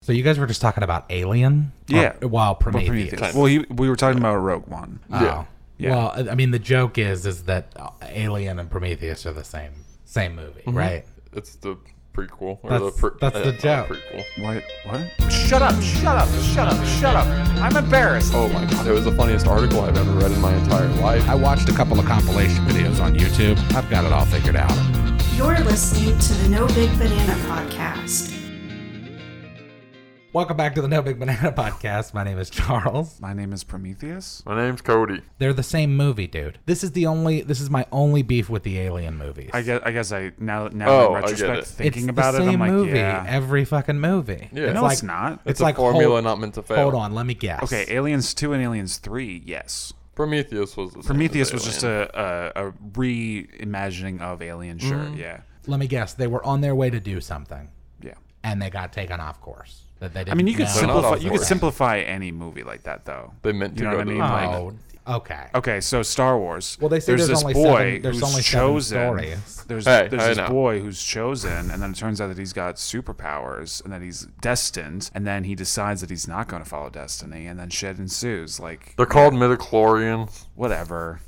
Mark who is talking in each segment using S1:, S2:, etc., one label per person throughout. S1: So you guys were just talking about Alien,
S2: Yeah.
S1: Or- while
S2: Well,
S1: Prometheus.
S2: Prometheus. Well, he, we were talking about Rogue One. Uh,
S1: Oh.
S3: Yeah.
S2: Yeah.
S1: Well, I- I mean, the joke is is that uh, Alien and Prometheus are the same same movie,
S2: Mm-hmm.
S1: right?
S3: It's the prequel. Or
S1: That's-
S3: the pre-
S1: that's the
S3: uh, not
S1: joke.
S3: Prequel.
S2: What? What?
S4: Shut up, shut up, shut up, shut up. I'm embarrassed.
S3: Oh my god, it was the funniest article I've ever read in my entire life.
S5: I watched a couple of compilation videos on YouTube. I've got it all figured out.
S6: You're listening to the No Big Banana Podcast.
S1: Welcome back to the No Big Banana podcast. My name is Charles.
S2: My name is Prometheus.
S3: My name's Cody.
S1: They're the same movie, dude. This is the only. This is my only beef with the Alien movies.
S2: I guess. I guess I now. Now
S3: Oh,
S2: in
S3: I get
S2: retrospect,
S3: it.
S2: thinking
S1: it's
S2: about
S1: the
S2: it,
S1: same
S2: I'm like,
S1: movie
S2: yeah.
S1: every fucking movie.
S3: Yeah.
S2: No,
S3: It's
S2: it's not.
S1: It's
S3: a
S1: like
S3: formula
S1: hold,
S3: not meant to fail.
S1: Hold on, let me guess.
S2: okay. Aliens two and Aliens three. Yes.
S3: Prometheus was the same
S2: Prometheus
S3: as
S2: was just
S3: Alien.
S2: a, a a reimagining of Alien. Sure.
S1: Mm-hmm.
S2: Yeah.
S1: Let me guess. They were on their way to do something,
S2: Yeah.
S1: and they got taken off course. That they didn't.
S2: I mean, you could
S1: know.
S3: They're not
S2: simplify.
S3: off
S2: You could
S3: course.
S2: simplify any movie like that, though.
S3: They meant to
S2: you know
S3: go
S2: what I
S3: to
S2: mean?
S3: the
S2: Like,
S3: planet.
S1: Oh, okay.
S2: Okay, so Star Wars.
S1: Well, they say there's
S2: this
S1: only
S2: boy
S1: seven- there's
S2: who's
S1: only seven
S2: chosen.
S1: stories.
S2: There's
S3: Hey,
S2: there's
S3: I
S2: this
S3: know.
S2: boy who's chosen, and then it turns out that he's got superpowers and that he's destined, and then he decides that he's not going to follow destiny, and then shit ensues. Like
S3: They're called midichlorians.
S2: whatever.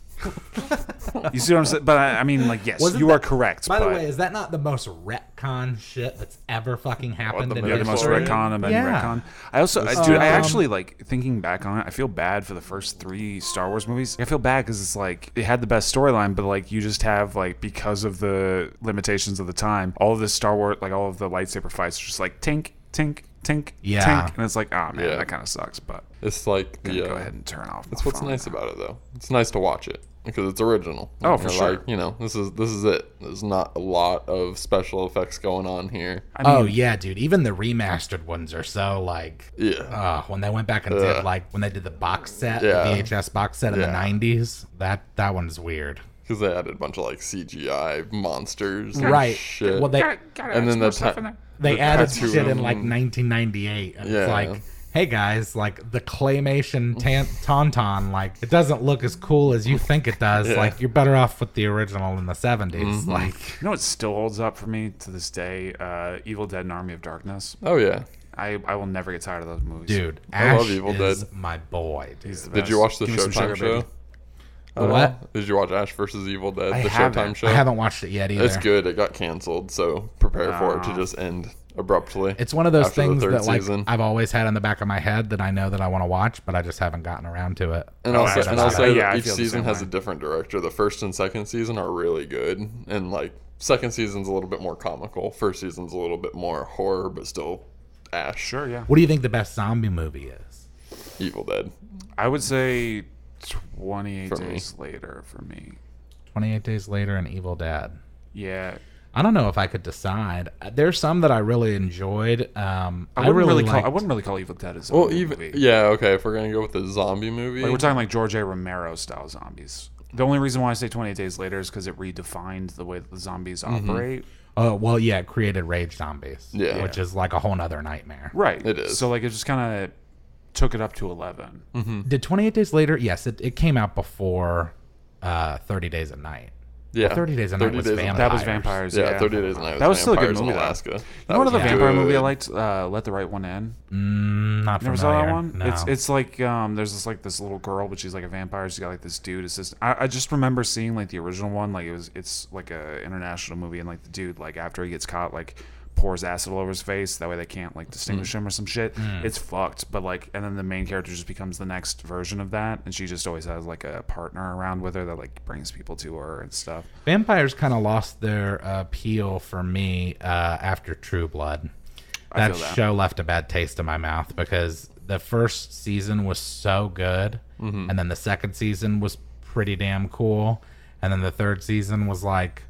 S2: you see what I'm saying? But I, I mean, like, yes,
S1: Wasn't
S2: you
S1: that-
S2: are correct.
S1: By
S2: but,
S1: the way, is that not the most retcon shit that's ever fucking happened?
S3: the
S1: in
S3: most-
S2: yeah, the most
S3: Sorry.
S1: history?
S2: retcon of any
S1: Yeah.
S2: retcon. I also, I,
S3: um,
S2: dude, I actually like thinking back on it. I feel bad for the first three Star Wars movies. I feel bad because it's like it had the best storyline, but like you just have like because of the limitations of the time, all of the Star Wars, like all of the lightsaber fights, are just like tink, tink, tink,
S1: Yeah.
S2: tink, and it's like, ah, man,
S3: Yeah.
S2: that kind of sucks. But
S3: It's like
S2: I'm gonna
S3: the.
S2: go
S3: uh,
S2: ahead and turn off.
S3: That's
S2: my
S3: what's
S2: phone.
S3: nice about it, though. It's nice to watch it because it's original.
S2: Oh, for
S3: You're
S2: sure.
S3: Like, you know, this is this is it. There's not a lot of special effects going on here.
S2: I mean,
S1: oh yeah, dude. Even the remastered ones are so like.
S3: Yeah.
S1: Uh, when they went back and did like when they did the box set,
S3: Yeah.
S1: the VHS box set in
S3: Yeah.
S1: the '90s, that that one's weird.
S3: Because they added a bunch of like CGI monsters. And
S1: Right.
S3: Shit.
S1: Well, they
S3: and then the ta-
S1: they
S3: the
S1: added
S3: tattoo
S1: shit in like
S3: and-
S1: 1998, and
S3: Yeah.
S1: it's like, hey guys, like the claymation tan- tauntaun, like it doesn't look as cool as you think it does.
S3: Yeah. Mm-hmm.
S1: Like you're better off with the original in the '70s. Like
S2: You know what still holds up for me to this day? Uh, Evil Dead and Army of Darkness.
S3: Oh yeah.
S2: I, I will never get tired of those movies.
S1: dude.
S3: I love
S1: Ash
S3: Evil
S1: is
S3: Dead.
S1: my boy. Dude.
S2: He's the
S3: Did you
S2: best.
S3: watch the
S2: Give me some sugar,
S3: Showtime
S2: baby.
S3: show? Uh-huh.
S1: The what?
S3: Did you watch Ash versus Evil Dead?
S2: I
S3: the
S2: haven't.
S3: Showtime show.
S1: I haven't watched it yet either.
S3: It's good. It got canceled, so prepare for
S2: Ah.
S3: it to just end abruptly.
S1: It's one of those
S3: after the
S1: things
S3: third
S1: that like
S3: season.
S1: I've always had in the back of my head that I know that I want to watch, but I just haven't gotten around to it.
S3: And
S2: Oh,
S3: also,
S2: Ash
S3: and
S2: versus
S3: also
S2: Evil. Yeah, I
S3: each
S2: feel the
S3: season
S2: same
S3: has
S2: way.
S3: a different director. The first and second season are really good, and like second season's a little bit more comical. First season's a little bit more horror, but still Ash.
S2: Sure, yeah.
S1: What do you think the best zombie movie is?
S3: Evil Dead.
S2: I would say 28
S3: For me.
S2: days later for me.
S1: Twenty Eight Days Later and Evil Dead.
S2: Yeah.
S1: I don't know if I could decide. There's some that I really enjoyed. Um, I,
S2: I wouldn't
S1: really,
S2: really, call
S1: liked-
S2: I wouldn't really call Evil Dead as a
S3: Well,
S2: zombie
S3: even
S2: movie.
S3: yeah, okay. If we're gonna go with the zombie movie,
S2: Like, we're talking like George A. Romero style zombies. The only reason why I say 28 days later is because it redefined the way that the zombies
S3: Mm-hmm.
S2: operate.
S1: Oh well, yeah, it created Rage Zombies,
S3: Yeah.
S1: which is like a whole nother nightmare.
S2: Right.
S3: It is. Mm-hmm.
S2: So like it just kind of took it up to 11.
S1: Did 28 Days Later? Yes, it, it came out before uh, 30 Days a Night.
S3: yeah,
S1: 30 Days a Night was
S3: a-
S1: vampire.
S2: That was
S1: Vampires.
S2: vampires.
S3: Yeah, Thirty Days a Night.
S2: That was still a good
S3: Vampires in
S2: movie. though.
S3: Alaska. That
S2: You know
S3: was
S2: another vampire movie I
S3: good.
S2: liked? Uh, Let the Right One In.
S1: Mm, not familiar.
S2: Never saw that one.
S1: No.
S2: It's it's like um, there's this like this little girl, but she's like a vampire. She's got like this dude assistant. I, I just remember seeing like the original one. Like it was it's like a international movie, and like the dude like after he gets caught like pours acid all over his face. That way they can't like
S3: Hmm.
S2: distinguish him or some shit. It's fucked. But like and then the main character just becomes the next version of that, and she just always has like a partner around with her that like brings people to her and stuff.
S1: Vampires kind of lost their appeal for me uh, after True Blood. That,
S2: feel that.
S1: show left a bad taste in my mouth because the first season was so good,
S2: Mm-hmm.
S1: and then the second season was pretty damn cool, and then the third season was like,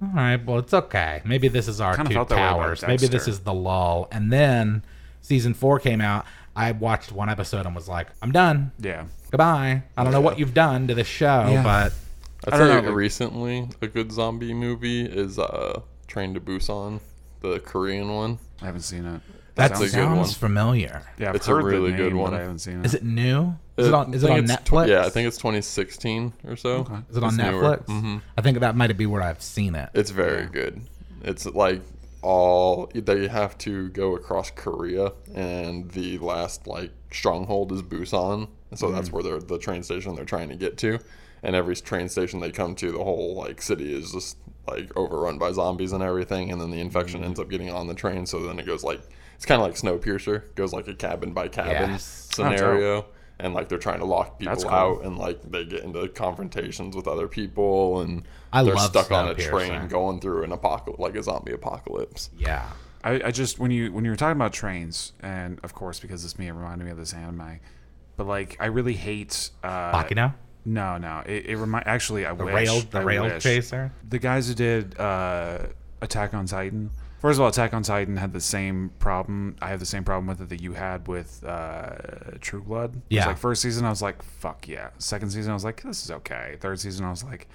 S1: all right, well it's okay. Maybe this is our
S2: Kinda
S1: two
S2: felt that way about
S1: towers. Maybe this
S2: Dexter.
S1: is the lull. And then season four came out. I watched one episode and was like, I'm done.
S2: Yeah.
S1: Goodbye. I don't know what you've done to the show, but
S3: I'd
S2: I don't
S3: say
S2: know, like-
S3: recently a good zombie movie is uh, Train to Busan, the Korean one.
S2: I haven't seen it.
S1: that
S3: Sounds a
S1: sounds,
S3: good one.
S1: familiar.
S2: Yeah, I've
S3: It's a
S2: heard the
S3: really good
S2: name, but
S3: one.
S2: I haven't seen it.
S1: Is it new? Is it, on? Is it
S3: Uh, I
S1: on
S3: think it's tw-
S1: Netflix?
S3: yeah, I think it's 2016 or so.
S1: Is it on
S3: It's newer. Mm-hmm.
S1: Netflix? I think that might be where I've seen it.
S3: It's very good. It's like all they have to go across Korea, and the last like stronghold is Busan, and so that's where they're the train station they're trying to get to. And every train station they come to, the whole like city is just like overrun by zombies and everything. And then the infection ends up getting on the train, so then it goes like it's kind of like Snowpiercer, It goes like a cabin by cabin
S1: Yes.
S3: scenario, and like they're trying to lock people
S2: That's cool.
S3: out, and like they get into confrontations with other people, and
S1: I
S3: they're
S1: love
S3: stuck on a
S1: Snowpiercer.
S3: train going through an apocalypse, like a zombie apocalypse.
S1: Yeah.
S2: I, I just when you when you were talking about trains, and of course because it's me, it reminded me of this anime. But like, I really hate. Uh,
S1: Bakino?
S2: No, no. It, it remind actually. I wish
S1: Rail, the
S2: I
S1: rail
S2: wish.
S1: chaser?
S2: The guys who did uh, Attack on Titan. First of all, Attack on Titan had the same problem. I have the same problem with it that you had with uh, True Blood. It was
S1: Yeah.
S2: Like first season, I was like, "Fuck yeah." Second season, I was like, "This is okay." Third season, I was like,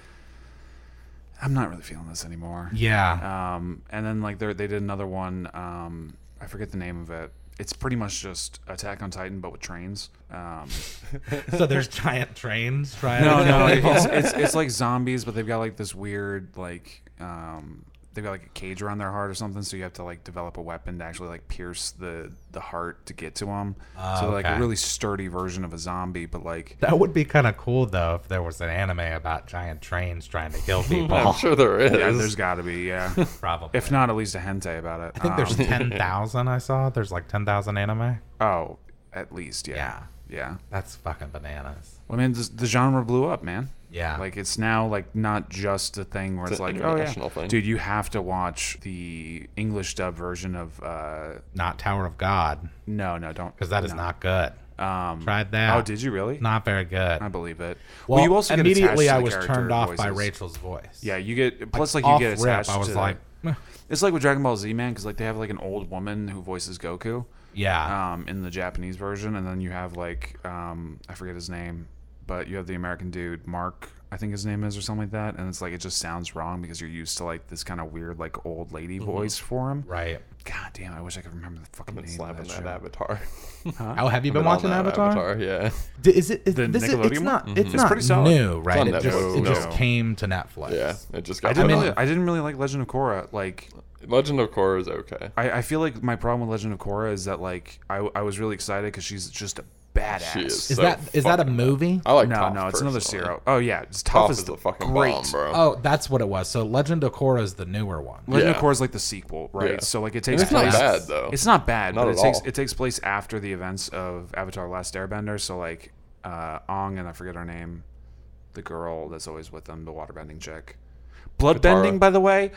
S2: "I'm not really feeling this anymore."
S1: Yeah.
S2: Um, and then like they they did another one. Um, I forget the name of it. It's pretty much just Attack on Titan, but with trains. Um,
S1: so there's giant trains trying
S2: no,
S1: to
S2: no,
S1: kill
S2: it's,
S1: people.
S2: it's it's like zombies, but they've got like this weird like um, they've got like a cage around their heart or something. So you have to like develop a weapon to actually like pierce the the heart to get to them. so like a
S1: Ah, okay.
S2: really sturdy version of a zombie, but like
S1: That would be kind of cool though if there was an anime about giant trains trying to kill
S2: Oh.
S3: I'm
S1: people.
S3: sure there is.
S2: yeah, there's got to be yeah,
S1: Probably.
S2: if not at least a hentai about it.
S1: I think there's
S2: Um,
S1: ten thousand. I saw there's like ten thousand anime.
S2: oh at least yeah yeah.
S1: That's fucking bananas.
S2: Well, I mean, the, the genre blew up, man.
S1: Yeah.
S2: Like it's now like not just a thing where it's,
S3: an
S2: like, oh yeah,
S3: international thing.
S2: dude, you have to watch the English dub version of. uh
S1: Not Tower of God
S2: No, no, don't.
S1: because that is not good.
S2: Um,
S1: Tried that.
S2: Oh, did you really?
S1: Not very good.
S2: I believe it.
S1: well,
S2: you also get attached
S1: immediately
S2: to the
S1: I was
S2: character
S1: turned off by
S2: voices.
S1: Rachel's voice.
S2: Yeah, you get plus like,
S1: Off
S2: you get
S1: rip,
S2: attached.
S1: I was
S2: to
S1: like, "Meh."
S2: it's like with Dragon Ball Z, man, because like they have like an old woman who voices Goku.
S1: yeah,
S2: um, in the Japanese version, and then you have like um, I forget his name, but you have the American dude Mark, I think his name is, or something like that, and it's like it just sounds wrong because you're used to like this kind of weird like old lady voice for him.
S1: Mm-hmm. right.
S2: God damn, I wish I could remember the fucking name. of
S3: slapping
S2: that
S3: that,
S2: show.
S3: avatar.
S1: Oh, have you been
S3: On
S1: watching
S3: that
S1: Avatar?
S3: Yeah.
S1: D- is it? Is,
S2: The
S1: this is,
S2: Nickelodeon
S1: it's
S2: one? Mm-hmm.
S1: not. It's, not
S2: pretty solid.
S1: new, right?
S3: on
S1: It just,
S3: Netflix.
S1: it just
S2: No.
S1: came to Netflix.
S3: Yeah. It just got
S2: I
S3: put
S2: didn't,
S3: on.
S2: really, I didn't really like Legend of Korra. Like,
S3: Legend of Korra is okay.
S2: I, I feel like my problem with Legend of Korra is that like I, I was really excited because she's just a badass.
S3: She is.
S1: Is
S3: so
S1: that is that a
S3: fucking-
S1: movie?
S3: I like
S2: No,
S3: Toph
S2: no, it's another
S3: personally.
S2: zero. Oh yeah, it's tough
S3: Toph
S2: as
S3: is the fucking bomb, bro.
S1: Oh, that's what it was. So Legend of Korra is the newer one.
S2: Legend of
S3: Yeah.
S2: Korra is like the sequel, right?
S3: Yeah.
S2: So like it
S3: And
S2: takes
S3: it's not
S2: place.
S3: bad though.
S2: It's not bad,
S3: Not
S2: but
S3: at
S2: it takes
S3: all.
S2: it takes place after the events of Avatar: Last Airbender. So like, uh, Ong and I forget her name, the girl that's always with them, the waterbending chick. Bloodbending,
S3: Katara.
S2: by the way,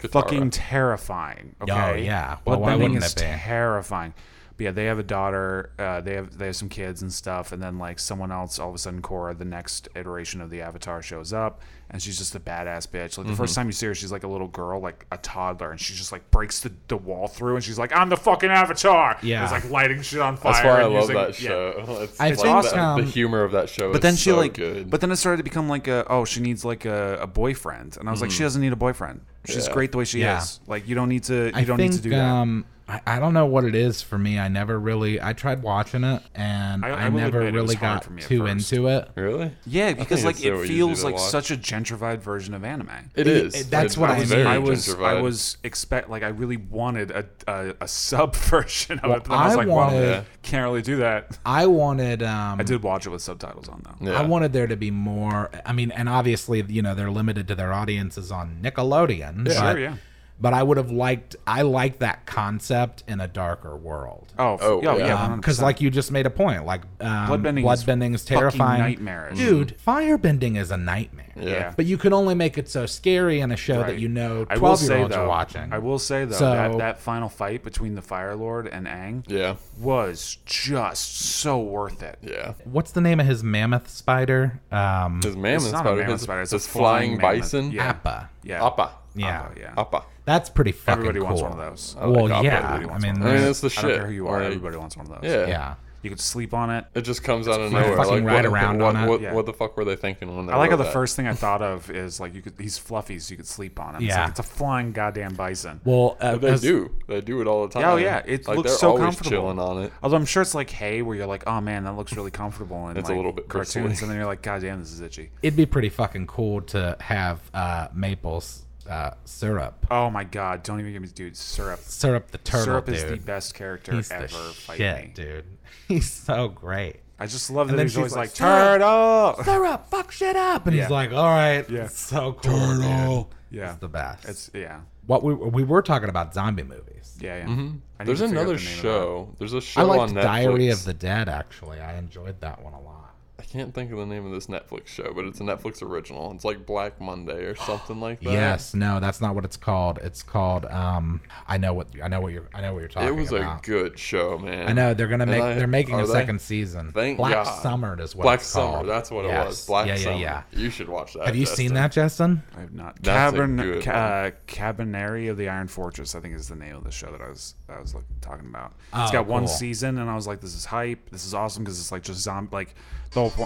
S3: Katara.
S2: fucking terrifying. Okay?
S1: Oh, yeah. Well, why
S2: Bloodbending
S1: wouldn't
S2: is
S1: it be?
S2: terrifying. But yeah, they have a daughter. Uh, they have they have some kids and stuff, and then like someone else, all of a sudden, Korra, the next iteration of the Avatar, shows up, and she's just a badass bitch. Like the first
S1: Mm-hmm.
S2: time you see her, she's like a little girl, like a toddler, and she just like breaks the, the wall through, and she's like, "I'm the fucking Avatar."
S1: Yeah.
S2: And it's like lighting shit on fire.
S3: That's why I
S2: and
S3: love
S2: using-
S3: that
S2: yeah.
S3: show. It's
S1: I
S3: like
S1: think,
S3: that-
S1: um,
S3: the humor of that show.
S2: But then she like,
S3: good.
S2: but then it started to become like a oh she needs like a, a boyfriend, and I was like she doesn't need a boyfriend. She's
S3: Mm. Yeah.
S2: great the way she
S1: Yeah.
S2: is. Like you don't need to you
S1: I
S2: don't
S1: think,
S2: need to do that.
S1: Um, I, I don't know what it is for me. I never really. I tried watching it, and
S2: I-
S1: I,
S2: I will
S1: never
S2: admit it was
S1: really
S2: hard
S1: got
S2: for me at
S1: too
S2: first.
S1: into it.
S3: really,
S2: Yeah, because
S3: think
S2: like
S3: it's so
S2: it
S3: easy
S2: feels
S3: to
S2: like
S3: watch.
S2: such a gentrified version of anime.
S3: it is.
S1: it- that's what
S2: I
S1: I
S2: was,
S1: mean.
S2: I was, I
S3: gentrified.
S2: was expect like I really wanted a a, a sub version of it, but then I
S1: Well,
S2: was
S1: I
S2: like,
S1: wanted-
S2: well, can't really do that.
S1: I wanted. Um,
S2: I did watch it with subtitles on though.
S3: Yeah.
S1: I wanted there to be more. I mean, and obviously, you know, they're limited to their audiences on Nickelodeon.
S2: Sure,
S1: but,
S2: yeah.
S1: But I would have liked. I like that concept in a darker world.
S2: Oh,
S3: Oh,
S2: oh yeah,
S3: yeah.
S2: yeah
S1: because like you just made a point like um,
S2: Bloodbending is
S1: bloodbending, is, terrifying
S2: fucking nightmarish.
S1: dude firebending is a nightmare
S2: yeah.
S3: Yeah.
S1: but you can only make it so scary in a show
S2: Right.
S1: that you know
S2: I will
S1: 12 year
S2: say
S1: olds
S2: though,
S1: are watching
S2: I will say though that,
S1: So-
S2: that final fight between the Fire Lord and Aang
S3: Yeah,
S2: was just so worth it.
S3: yeah.
S1: what's the name of his mammoth spider um
S3: His mammoth
S2: not a
S3: spider.
S2: mammoth
S3: his,
S2: spider, it's a
S3: his flying,
S2: flying mammoth.
S3: bison.
S2: Yeah.
S1: appa
S2: Yeah,
S3: Appa.
S1: yeah.
S2: Appa, yeah.
S3: Appa.
S1: that's pretty fucking
S2: Everybody
S1: cool
S2: wants one of those.
S3: like
S1: well
S3: Appa.
S1: yeah
S3: Everybody
S1: i
S2: wants
S1: mean
S2: one
S3: I mean,
S1: there's-
S3: it's the
S2: I
S3: shit.
S2: don't care who you are.
S3: like,
S2: everybody wants one of those.
S3: Yeah.
S1: yeah
S2: You could sleep on it.
S3: It just comes out of nowhere.
S1: fucking
S3: Like,
S1: ride
S3: what,
S1: around
S3: what,
S1: on it.
S3: What,
S2: Yeah.
S3: what the fuck were they thinking when they?
S2: I like how
S3: wrote
S2: the
S3: that?
S2: first thing I thought of is like you could he's fluffy, so you could sleep on him. It's
S1: Yeah.
S2: like, it's a flying goddamn bison.
S1: well uh,
S3: They
S1: 'cause-
S3: do. They do it all the time.
S2: Oh yeah, it
S3: uh, like,
S2: looks
S3: they're
S2: so
S3: always
S2: comfortable.
S3: Chilling on it.
S2: Although I'm sure it's like hay, where you're like, oh man, that looks really comfortable, and
S3: It's a
S2: like,
S3: little bit
S2: cartoons,
S3: bristly.
S2: and then you're like, god damn, this is itchy.
S1: it'd be pretty fucking cool to have uh maples uh, syrup.
S2: Oh my god! Don't even give me, dude. Syrup.
S1: Syrup the turtle,
S2: Syrup
S1: dude.
S2: is the best character
S1: He's
S2: ever.
S1: the
S2: Fight
S1: shit,
S2: me.
S1: dude. He's so great.
S2: I just love
S1: And
S2: that
S1: then
S2: he's
S1: she's
S2: always
S1: like,
S2: like,
S1: "Syrup."
S2: turtle.
S1: Syrup, fuck shit up, and
S2: Yeah.
S1: he's like, "All right,
S2: Yeah.
S1: it's so cool, turtle."
S2: Yeah.
S1: It's the best.
S2: It's yeah,
S1: what we we were talking about zombie movies.
S2: yeah, yeah. I need
S3: Mm-hmm. There's
S2: to figure out
S3: another
S2: the name of that.
S3: show. There's a show
S1: I
S3: on
S1: liked
S3: Netflix.
S1: Diary of the Dead. Actually, I enjoyed that one a lot.
S3: I can't think of the name of this Netflix show, but it's a Netflix original. It's like Black Monday or something like that.
S1: Yes, no, that's not what it's called. It's called. Um, I know what I know what you're. I know what you're talking
S3: It
S1: about.
S3: was a good show, man.
S1: I know they're gonna make.
S3: I-
S1: they're making
S3: are
S1: a
S3: they?
S1: second season.
S3: Thank
S1: Black
S3: God.
S1: Summer is what
S3: Black
S1: it's
S3: Summer.
S1: called.
S3: That's what it was.
S1: Yes.
S3: Black
S1: yeah, yeah,
S3: Summer.
S1: yeah.
S3: You should watch that.
S1: Have you seen
S3: Justin.
S1: that, Justin?
S2: I have not.
S3: That's a
S2: Cavern,
S3: good
S2: ca- uh, Cabinary of the Iron Fortress. I think is the name of the show that I was that I was looking, talking about. it's
S1: Oh,
S2: got one
S1: cool.
S2: season, and I was like, this is hype. This is awesome because it's like just zombie. Like the whole point.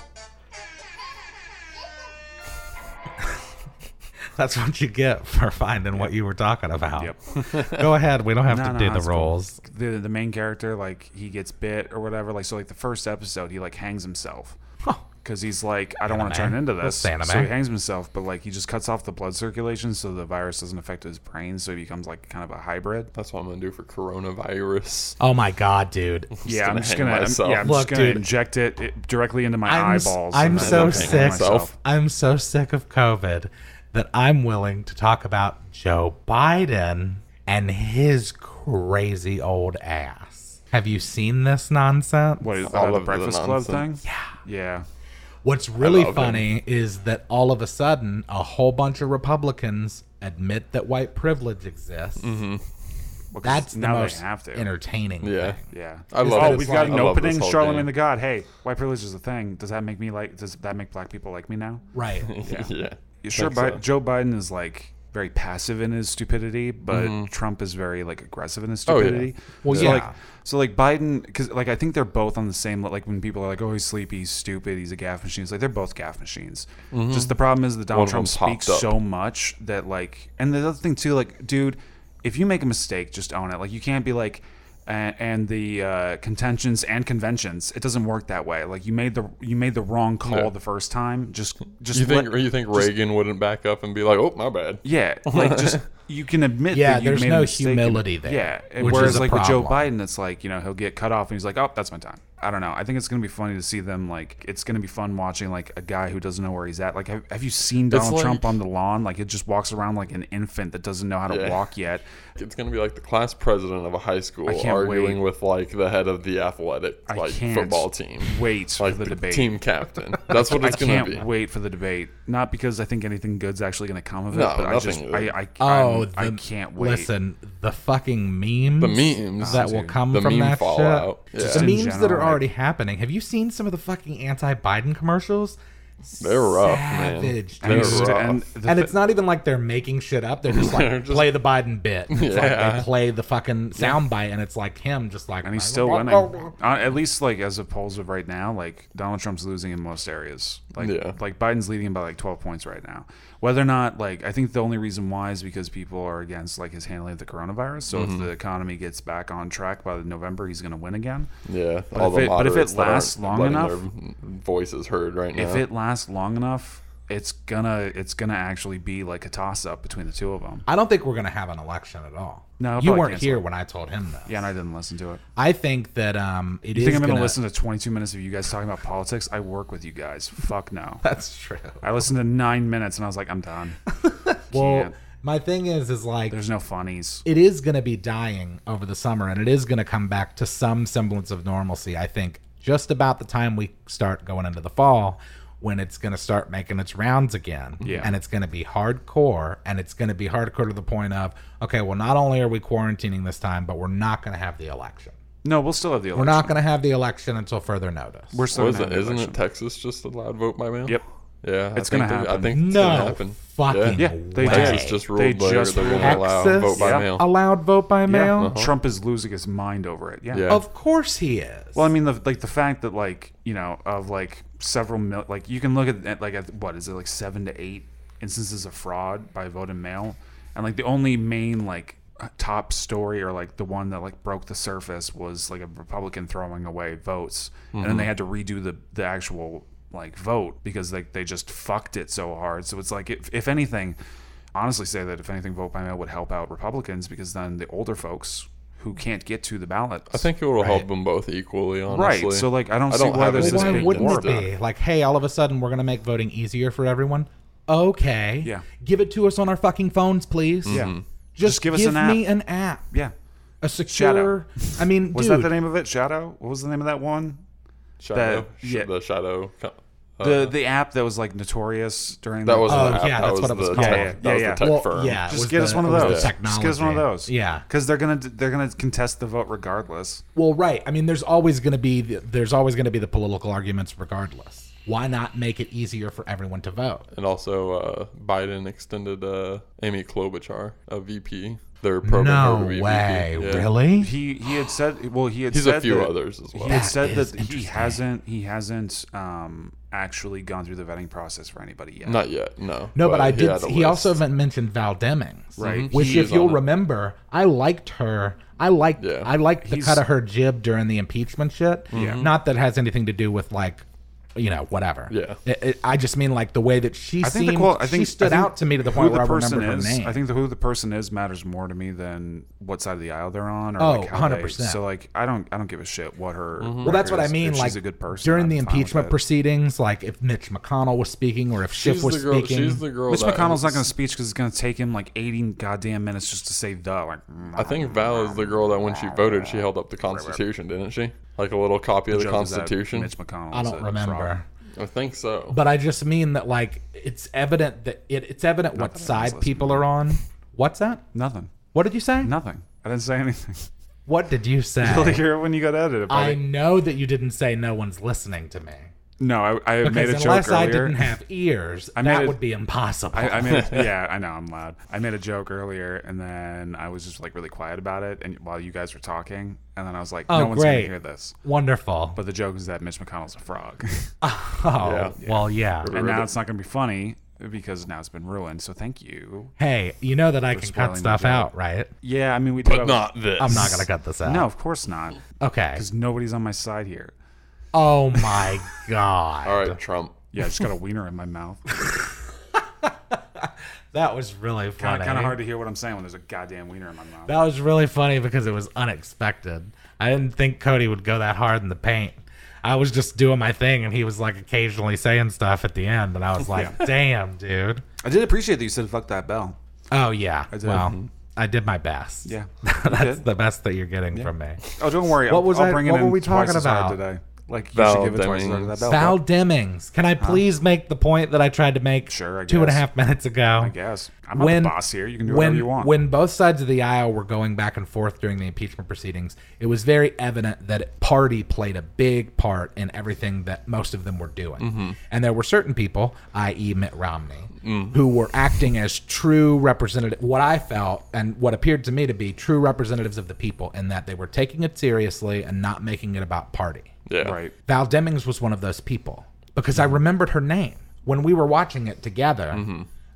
S1: That's what you get for finding what you were talking about.
S2: Yep.
S1: Go ahead. We don't have
S2: No,
S1: to
S2: no,
S1: do the
S2: that's cool.
S1: roles.
S2: The the main character like he gets bit or whatever. Like so, like the first episode, he like hangs himself. because he's like, I don't want to
S1: Anime.
S2: turn into this.
S1: That's anime.
S2: So he hangs himself, but like he just cuts off the blood circulation so the virus doesn't affect his brain, so he becomes like kind of a hybrid.
S3: That's what I'm gonna do for coronavirus.
S1: Oh my god, dude.
S2: yeah, I'm
S3: gonna
S2: just
S3: hang
S2: gonna, I'm-
S3: myself.
S2: yeah, I'm
S1: Look,
S2: just gonna
S1: dude.
S2: inject it, it directly into my
S1: I'm, s-
S2: eyeballs.
S1: I'm
S2: and then
S1: so
S2: hang
S1: sick.
S2: myself.
S1: I'm so sick of COVID that I'm willing to talk about Joe Biden and his crazy old ass. Have you seen this nonsense?
S2: What is
S3: All
S2: that,
S3: of
S2: the
S3: the
S2: Breakfast Club thing?
S3: nonsense.
S2: Yeah, yeah.
S1: What's really
S3: love him.
S1: funny is that all of a sudden, a whole bunch of Republicans admit that white privilege exists.
S3: Mm-hmm.
S2: Well, 'cause
S1: That's the
S2: now
S1: most
S2: they have to.
S1: entertaining.
S3: Yeah.
S1: thing.
S2: yeah.
S3: I love
S2: oh,
S3: this
S2: we've
S3: line.
S2: got
S3: I
S2: an
S3: love
S2: opening.
S3: this whole
S2: Charlemagne
S3: game.
S2: the God. Hey, white privilege is a thing. Does that make me like? Does that make black people like me now?
S1: Right.
S3: Yeah.
S2: Yeah, Sure,
S3: Think
S2: Bi-
S3: so.
S2: Joe Biden is like very passive in his stupidity, but Trump is very like aggressive in his
S3: Mm-hmm. Oh, yeah.
S2: stupidity.
S1: Well,
S2: so,
S1: yeah.
S2: Like, so like Biden, because like I think they're both on the same. le- Like when people are like, "Oh, he's sleepy, he's stupid, he's a gaff machine." It's like they're both gaff machines. Just the problem is that Donald
S3: Mm-hmm.
S2: Trump
S3: of them's hopped
S2: speaks
S3: up.
S2: so much that like, and the other thing too, like, dude, if you make a mistake, just own it. Like you can't be like. And, and the uh, contentions and conventions, it doesn't work that way. Like you made the you made the wrong call
S3: Yeah.
S2: the first time. Just just
S3: You think
S2: let-
S3: you think Reagan wouldn't back up and be like, "Oh, my bad."
S2: yeah, like just you can admit.
S1: Yeah,
S2: that you
S1: there's
S2: made a
S1: no
S2: mistake and-
S1: humility there,
S2: Yeah, and
S1: which
S2: whereas
S1: is a
S2: like with Joe
S1: problem.
S2: Biden, it's like you know he'll get cut off and he's like, oh, that's my time. I don't know. I think it's gonna be funny to see them like. It's gonna be fun watching like a guy who doesn't know where he's at. Like, have, have you seen Donald
S3: like-
S2: Trump on the lawn? Like, it just walks around like an infant that doesn't know how to
S3: Yeah.
S2: walk yet.
S3: It's gonna be like the class president of a high school
S2: can't
S3: arguing
S2: wait.
S3: with like the head of the athletic
S2: I
S3: like
S2: can't
S3: football team,
S2: Wait
S3: like
S2: for the, debate.
S3: team captain. That's what
S2: I
S3: it's gonna
S2: can't
S3: be.
S2: wait for the debate. Not because I think anything good's actually going to come of it,
S3: No,
S2: but I
S3: nothing
S2: just
S3: good.
S2: I I,
S1: Oh,
S2: I'm- I
S1: the-
S2: can't wait.
S1: Listen, the fucking memes.
S3: The memes. Ah,
S1: that will
S3: Dude,
S1: come
S3: the
S1: from
S3: meme
S1: that
S3: fallout.
S1: shit.
S3: Yeah.
S1: The
S2: in
S1: memes that
S2: general,
S1: are
S2: like-
S1: already happening. Have you seen some of the fucking anti-Biden commercials?
S3: They're rough, man.
S1: Savage,
S2: And,
S1: dude.
S2: it's-
S3: They're
S2: and
S3: rough.
S2: the
S1: And
S2: thi-
S1: it's not even like they're making shit up. They're just like
S3: They're just-
S1: play the Biden bit. It's like
S3: Yeah.
S1: they play the fucking soundbite, and it's like him just like.
S2: and he's still winning. Uh, at least, like as of polls of right now, like Donald Trump's losing in most areas. Like,
S3: Yeah.
S2: like Biden's leading by like twelve points right now. Whether or not, like, I think the only reason why is because people are against like his handling of the coronavirus. So if
S3: Mm-hmm.
S2: the economy gets back on track by November, he's going to win again.
S3: Yeah,
S2: But
S3: all
S2: if
S3: the
S2: it- but if it
S3: moderates that aren't
S2: lasts long
S3: letting
S2: enough-
S3: their voices heard right now.
S2: If it lasts long enough, it's gonna it's gonna actually be like a toss up between the two of them.
S1: I don't think we're gonna have an election at all.
S2: No, it'll
S1: you
S2: probably
S1: weren't
S2: cancel
S1: here
S2: it.
S1: when I told him that.
S2: Yeah, and I didn't listen to it.
S1: I think that um, it
S2: You think I'm
S1: going
S2: gonna listen to 22 minutes of you guys talking about politics? I work with you guys. Fuck no.
S1: That's true.
S2: I listened to nine minutes and I was like, I'm done.
S1: Well,
S2: can't.
S1: my thing is, is like
S2: There's no funnies.
S1: it is going to be dying over the summer and it is going to come back to some semblance of normalcy, I think, just about the time we start going into the fall when it's going to start making its rounds again.
S2: Yeah.
S1: And it's going to be hardcore and it's going to be hardcore to the point of, okay, well, not only are we quarantining this time, but we're not going to have the election.
S2: No, we'll still have the election.
S1: We're not going to have the election until further notice.
S2: We're still
S3: What is
S2: gonna
S3: it?
S2: have the
S3: Isn't
S2: election.
S3: it Texas just allowed vote by mail?
S2: Yep.
S3: Yeah,
S2: It's
S3: I think
S2: gonna
S3: they-
S2: happen.
S3: I think it's gonna
S1: no
S3: happen.
S1: fucking
S2: Yeah, they
S1: way.
S2: did.
S3: Texas just ruled
S2: They
S3: later
S2: just
S3: they're
S2: ruled-
S3: going to allow
S1: Texas
S3: vote by
S2: Yeah.
S3: mail.
S1: allowed vote by mail.
S2: Trump is losing his mind over it. Yeah.
S3: Yeah.
S1: Of course he is.
S2: Well, I mean, the, like the fact that like you know of like several mil, like you can look at, at like at, what is it like seven to eight instances of fraud by vote and mail, and like the only main like top story or like the one that like broke the surface was like a Republican throwing away votes, and
S3: Mm-hmm.
S2: then they had to redo the the actual like vote because like they just fucked it so hard. So it's like if, if anything. honestly say that if anything, vote by mail would help out Republicans because then the older folks who can't get to the ballot.
S3: I think it would help them both equally, honestly.
S2: Right, so, like, I don't see why
S3: have
S2: there's
S3: anything
S2: this
S1: Why
S2: big
S1: wouldn't it
S2: war
S3: against
S2: about
S1: be? Like, hey, all of a sudden we're going to make voting easier for everyone? Okay.
S2: Yeah.
S1: Give it to us on our fucking phones, please.
S2: Yeah.
S3: Mm-hmm.
S1: Just,
S2: give
S1: give
S2: us an app.
S1: me an app.
S2: yeah.
S1: A secure. I mean,
S2: Was
S1: dude,
S2: that the name of it? Shadow? What was the name of that one?
S3: Shadow,
S2: that-
S3: sh-
S2: yeah.
S3: the shadow. co- uh,
S2: the the app that was like notorious during
S3: that
S2: the,
S3: was
S1: Oh,
S3: an app.
S1: yeah,
S3: that
S1: that's
S3: was
S1: what it was
S3: the
S1: called.
S3: tech-
S2: Yeah, yeah,
S3: that was
S2: yeah.
S3: the tech
S1: Well,
S3: firm.
S1: yeah. it
S2: just
S1: was
S2: get
S1: the-
S2: us one of
S1: it was the
S2: those. Just get us one of
S1: technology.
S2: those.
S1: Yeah.
S2: because they're gonna they're gonna contest the vote regardless.
S1: Well, right. I mean, there's always going to be the, there's always going to be the political arguments, regardless. Why not make it easier for everyone to vote?
S3: And also, uh, Biden extended uh, Amy Klobuchar, a VP. Their program
S1: no
S3: VP.
S1: way,
S3: Yeah.
S1: really?
S2: He he had said well he had
S3: He's
S2: said
S3: a few
S2: that-
S3: others as well.
S2: He had
S1: That
S2: said
S1: is
S2: that he
S1: interesting.
S2: hasn't he hasn't um, actually gone through the vetting process for anybody yet.
S3: Not yet, no.
S1: No, but, I did.
S3: had a
S1: He,
S3: list.
S1: also men- mentioned Val Demings, Mm-hmm.
S2: Right.
S1: Which,
S3: He
S1: if
S3: is
S1: you'll
S3: on it.
S1: remember, I liked her. I liked.
S3: Yeah. Mm-hmm.
S1: I liked the
S2: He's-
S1: cut of her jib during the impeachment shit. Not that it has anything to do with like, you know, whatever.
S3: Yeah.
S1: It, it- I just mean like the way that she
S2: I think
S1: seemed.
S2: the qual- I think
S1: she stood
S2: I think
S1: out to me to the
S2: who
S1: point where I
S2: person
S1: remembered her
S2: is,
S1: name.
S2: I think the, who the person is matters more to me than what side of the aisle they're on. Or
S1: Oh,
S2: like how they-
S1: 100%.
S2: So like I don't I don't give a shit what her.
S3: Mm-hmm.
S1: Well, that's what
S2: record
S1: I
S2: is.
S1: mean.
S2: If
S1: like
S2: she's a good person
S1: during
S2: I'm
S1: the
S2: fine with
S1: impeachment
S2: it.
S1: proceedings, like if Mitch McConnell was speaking or if Schiff
S3: She's
S1: was
S3: the girl,
S1: speaking.
S3: She's the girl.
S2: Mitch
S3: that-
S2: McConnell's not going to speech because it's going to take him like 80 goddamn minutes just to say the. Like,
S1: mm,
S3: I think Val is the girl that when she voted, she held up the Constitution, didn't she? Like a little copy of the
S2: joke is that
S3: Constitution.
S2: Mitch McConnell.
S1: I
S2: is
S1: don't
S2: a
S1: remember.
S2: fraud.
S3: I think so.
S1: But I just mean that like it's evident that it, it's evident what side people are on. What's that?
S2: Nothing.
S1: What did you say?
S2: Nothing. I didn't say anything.
S1: What did you say?
S2: You'll hear it when you go to edit it.
S1: I
S2: buddy.
S1: know that you didn't say no one's listening to me.
S2: no, I, I made
S1: Because
S2: a joke
S1: unless
S2: earlier.
S1: I didn't have ears,
S2: I made
S1: that
S2: it-
S1: would be impossible.
S2: I, I made a, yeah, I know I'm loud. I made a joke earlier, and then I was just like really quiet about it, and while you guys were talking, and then I was like,
S1: Oh,
S2: no one's
S1: great.
S2: gonna hear this.
S1: Wonderful.
S2: But the joke is that Mitch McConnell's a frog,
S1: oh,
S3: Yeah.
S1: well, yeah.
S2: and now
S3: Rude.
S2: it's not gonna be funny because now it's been ruined. So thank you.
S1: Hey, you know that I can
S2: spoiling
S1: cut
S2: my
S1: stuff
S2: joke.
S1: out, right?
S2: Yeah, I mean we. do
S3: But
S2: have-
S3: not this.
S1: I'm not going to cut this out.
S2: No, of course not,
S1: Okay.
S2: because nobody's on my side here.
S1: Oh, my God.
S3: All right, Trump.
S2: Yeah, I just got a wiener in my mouth.
S1: That was really funny.
S2: Kind of hard to hear what I'm saying when there's a goddamn wiener in my mouth.
S1: That was really funny because it was unexpected. I didn't think Cody would go that hard in the paint. I was just doing my thing, and he was like occasionally saying stuff at the end, and I was like, "Damn, dude."
S2: I did appreciate that you said "fuck that bell."
S1: Oh yeah.
S2: did. Mm-hmm.
S1: Well, I did my best.
S2: Yeah, you
S1: that's
S2: did.
S1: the best that you're getting from me.
S2: Oh, don't worry.
S1: What
S2: I'll,
S1: was
S2: I'll
S1: I-
S2: bring it
S1: what
S2: in
S1: were we
S2: twice
S1: talking
S2: as hard
S1: about?
S2: today. Like you
S3: Val
S2: should give it twice as hard to
S3: Demings.
S2: that bell.
S1: Val Demings, can I please make the point that I tried to make
S2: Sure, I
S1: two and a
S2: guess.
S1: half minutes ago?
S2: I guess I'm not the boss here. You can do whatever
S1: when-
S2: you want.
S1: When both sides of the aisle were going back and forth during the impeachment proceedings, it was very evident that party played a big part in everything that most of them were doing.
S2: Mm-hmm.
S1: And there were certain people, i.e., Mitt Romney, who were acting as true representative. What I felt and what appeared to me to be true representatives of the people, in that they were taking it seriously and not making it about party.
S3: Yeah.
S2: right.
S1: Val Demings was one of those people because I
S3: Mm-hmm.
S1: remembered her name when we were watching it together.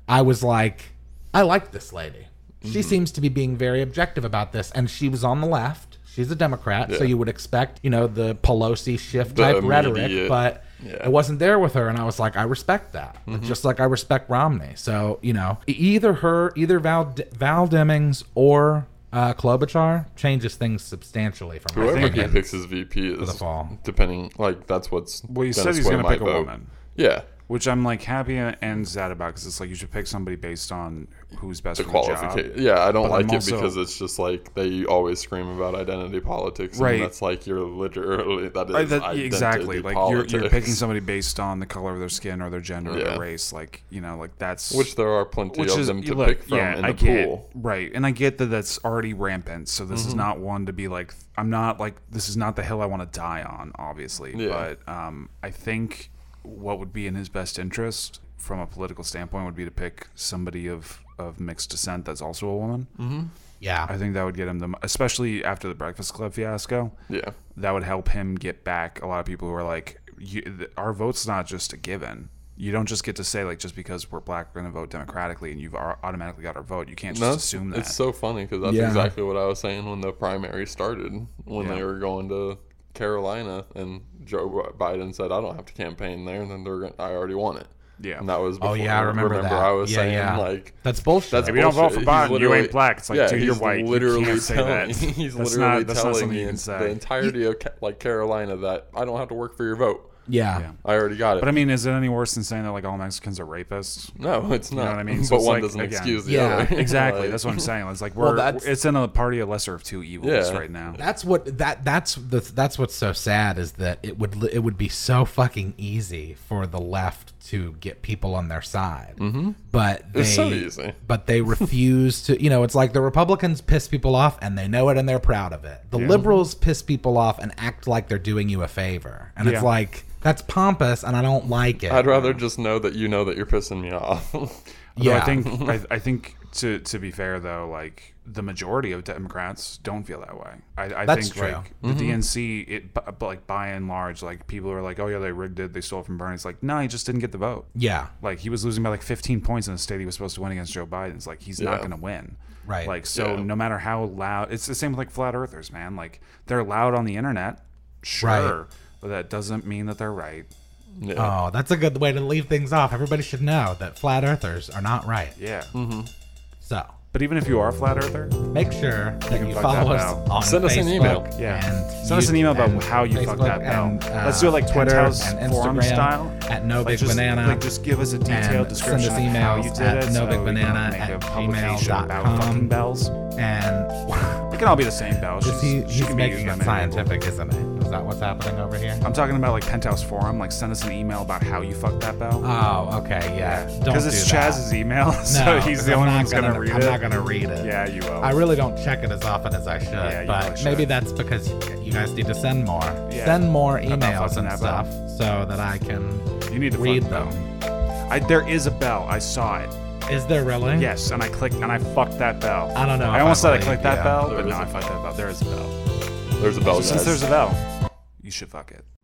S1: I was like, I like this lady.
S3: Mm-hmm.
S1: She seems to be being very objective about this, and she was on the left. She's a Democrat, so
S3: Yeah.
S1: you would expect, you know, the Pelosi shift
S3: The
S1: type rhetoric,
S3: immediate-
S1: but
S3: yeah. Mm-hmm.
S1: it wasn't there with her, and I was like, I respect that, just like I respect Romney. So, you know, e- either her, either Val, Val Demings or uh, Klobuchar changes things substantially from my
S3: Whoever he
S1: opinion.
S3: picks as VP is
S1: the fall.
S3: depending. Like that's what's.
S2: Well, you
S3: gonna
S2: said he's
S3: sway
S2: gonna
S3: my
S2: pick a
S3: vote.
S2: woman.
S3: Yeah.
S2: Which I'm like happy and sad about because it's like you should pick somebody based on who's best
S3: The
S2: for the job.
S3: qualification. Yeah, I don't
S2: But I'm
S3: like it
S2: also-
S3: because it's just like they always scream about identity politics,
S2: Right.
S3: and that's like you're literally that is
S2: Right, that-
S3: identity
S2: exactly. Like you're, you're
S3: politics.
S2: picking somebody based on the color of their skin or their gender or
S3: Yeah.
S2: their race. Like you know, like that's
S3: which there are plenty
S2: which
S3: of
S2: is
S3: them to
S2: you look,
S3: pick from
S2: yeah,
S3: in the
S2: I get,
S3: pool. Mm-hmm.
S2: Right, and I get that that's already rampant. So this is not one to be like. I'm not like this is not the hill I want to die on. Obviously,
S3: Yeah.
S2: but um, I think what would be in his best interest from a political standpoint would be to pick somebody of of mixed descent that's also a woman.
S3: Mm-hmm.
S1: Yeah.
S2: I think that would get him the, mo- especially after the Breakfast Club fiasco.
S3: Yeah.
S2: that would help him get back a lot of people who are like, you, th- our vote's not just a given. You don't just get to say like just because we're black, we're gonna vote democratically, and you've au- automatically got our vote. You can't just
S3: No,
S2: assume that.
S3: It's so funny because that's
S1: Yeah.
S3: exactly what I was saying when the primary started, when they
S2: Yeah.
S3: were going to Carolina, and Joe Biden said, "I don't have to campaign there," and then they're gonna, I already won it.
S2: Yeah.
S3: And that was before,
S1: Oh yeah, I remember, that.
S3: I was
S1: yeah,
S3: saying
S1: yeah.
S3: like
S1: that's bullshit.
S3: that's
S2: If you don't vote
S3: bullshit.
S2: for
S3: He's
S2: Biden, you
S3: literally-
S2: ain't black. It's like, dude, you're
S3: he's
S2: white. You
S3: Literally
S2: can't say
S3: telling,
S2: that.
S3: He's
S2: That's
S3: literally
S2: not- that's not
S3: telling
S2: something
S3: the,
S2: you can
S3: en-
S2: say.
S3: the entirety of Ca- like Carolina that I don't have to work for your vote.
S1: yeah.
S2: Yeah.
S3: I already got it.
S2: But I mean, is it any worse than saying that like all Mexicans are rapists?
S3: no, it's not.
S2: know what I mean? So
S3: But
S2: it's
S3: one
S2: like,
S3: doesn't
S2: again-
S3: excuse the
S1: Yeah,
S3: other.
S2: Exactly.
S3: Like,
S2: that's what I'm saying. It's like
S1: Well,
S2: we're
S1: that's-
S2: it's in a party of lesser of two evils
S3: Yeah.
S2: right now.
S1: That's what that that's the that's what's so sad is that it would li- it would be so fucking easy for the left to get people on their side, mm-hmm. but they,
S3: It's so easy.
S1: But they refuse to. You know, it's like the Republicans piss people off and they know it and they're proud of it. The liberals piss people off and act like they're doing you a favor, and
S2: Yeah.
S1: it's like that's pompous and I don't like it.
S3: I'd rather just know that you know that you're pissing me off.
S2: Though
S1: yeah,
S2: I think I, I think to to be fair though, like the majority of Democrats don't feel that way. I, I
S1: That's
S2: think
S1: true. Mm-hmm.
S2: like the DNC, it bu- bu- like by and large, like people are like, oh yeah, they rigged it, they stole it from Bernie. It's like, no, he just didn't get the vote.
S1: yeah,
S2: Like he was losing by like 15 points in a state he was supposed to win against Joe Biden. It's like he's not
S3: Yeah.
S2: going to win.
S1: Right.
S2: Like so,
S3: Yeah.
S2: no matter how loud, it's the same with like flat earthers, man. Like they're loud on the internet, sure, but that doesn't mean that they're right.
S3: yeah.
S1: Oh, that's a good way to leave things off. Everybody should know that flat earthers are not right.
S2: Yeah.
S1: Mm-hmm. So
S2: But even if you are a flat earther,
S1: make sure that you
S2: fuck
S1: follow
S2: that
S1: us
S2: bell.
S1: on
S3: Send us an
S1: Facebook
S3: email.
S2: Yeah.
S1: and
S2: Send us an email about
S1: YouTube
S2: how you fucked
S1: Facebook
S2: that bell.
S1: and, uh,
S2: Let's do it like Twitter
S1: Penthouse
S2: and forum style.
S1: at No Big
S2: like just,
S1: Banana.
S2: Like just give us a detailed
S1: and
S2: description
S1: send us
S2: of how you
S1: emails
S2: did
S1: at
S2: it. so we can
S1: novigbanana
S2: make
S1: at
S2: a publication about
S1: gmail.com.
S2: fucking bells.
S1: and
S2: It can all be the same bell. She's,
S1: is he,
S2: she
S1: he's
S2: can be
S1: making
S2: human.
S1: it scientific, isn't it? Is that what's happening over here?
S2: I'm talking about like Penthouse Forum. Like send us an email about how you fucked that bell.
S1: Oh, okay, yeah. Don't
S2: Because it's
S1: do that.
S2: Chaz's email, so
S1: No,
S2: he's
S1: 'cause
S2: the
S1: I'm
S2: only
S1: not
S2: one who's gonna, read
S1: I'm
S2: it.
S1: not gonna read it.
S2: Yeah, you will.
S1: I really don't check it as often as I should,
S2: Yeah, you
S1: but
S2: really
S1: maybe
S2: should.
S1: that's because you guys need to send more.
S2: Yeah.
S1: Send more
S2: fucking
S1: emails and
S2: that
S1: stuff so that I can
S2: you need to
S1: read
S2: fuck
S1: them.
S2: that bell. I, there is a bell. I saw it.
S1: Is there really?
S2: Yes, and I clicked and I fucked that bell.
S1: I don't know
S2: I
S1: if
S2: almost
S1: I
S2: said I
S1: believe
S2: clicked
S1: you.
S2: that bell,
S3: There
S2: but
S3: is
S2: no,
S3: a
S2: I fucked that bell. There is a bell.
S3: There's a bell.
S2: Since
S3: guys.
S2: there's a bell, Oh, you should fuck it.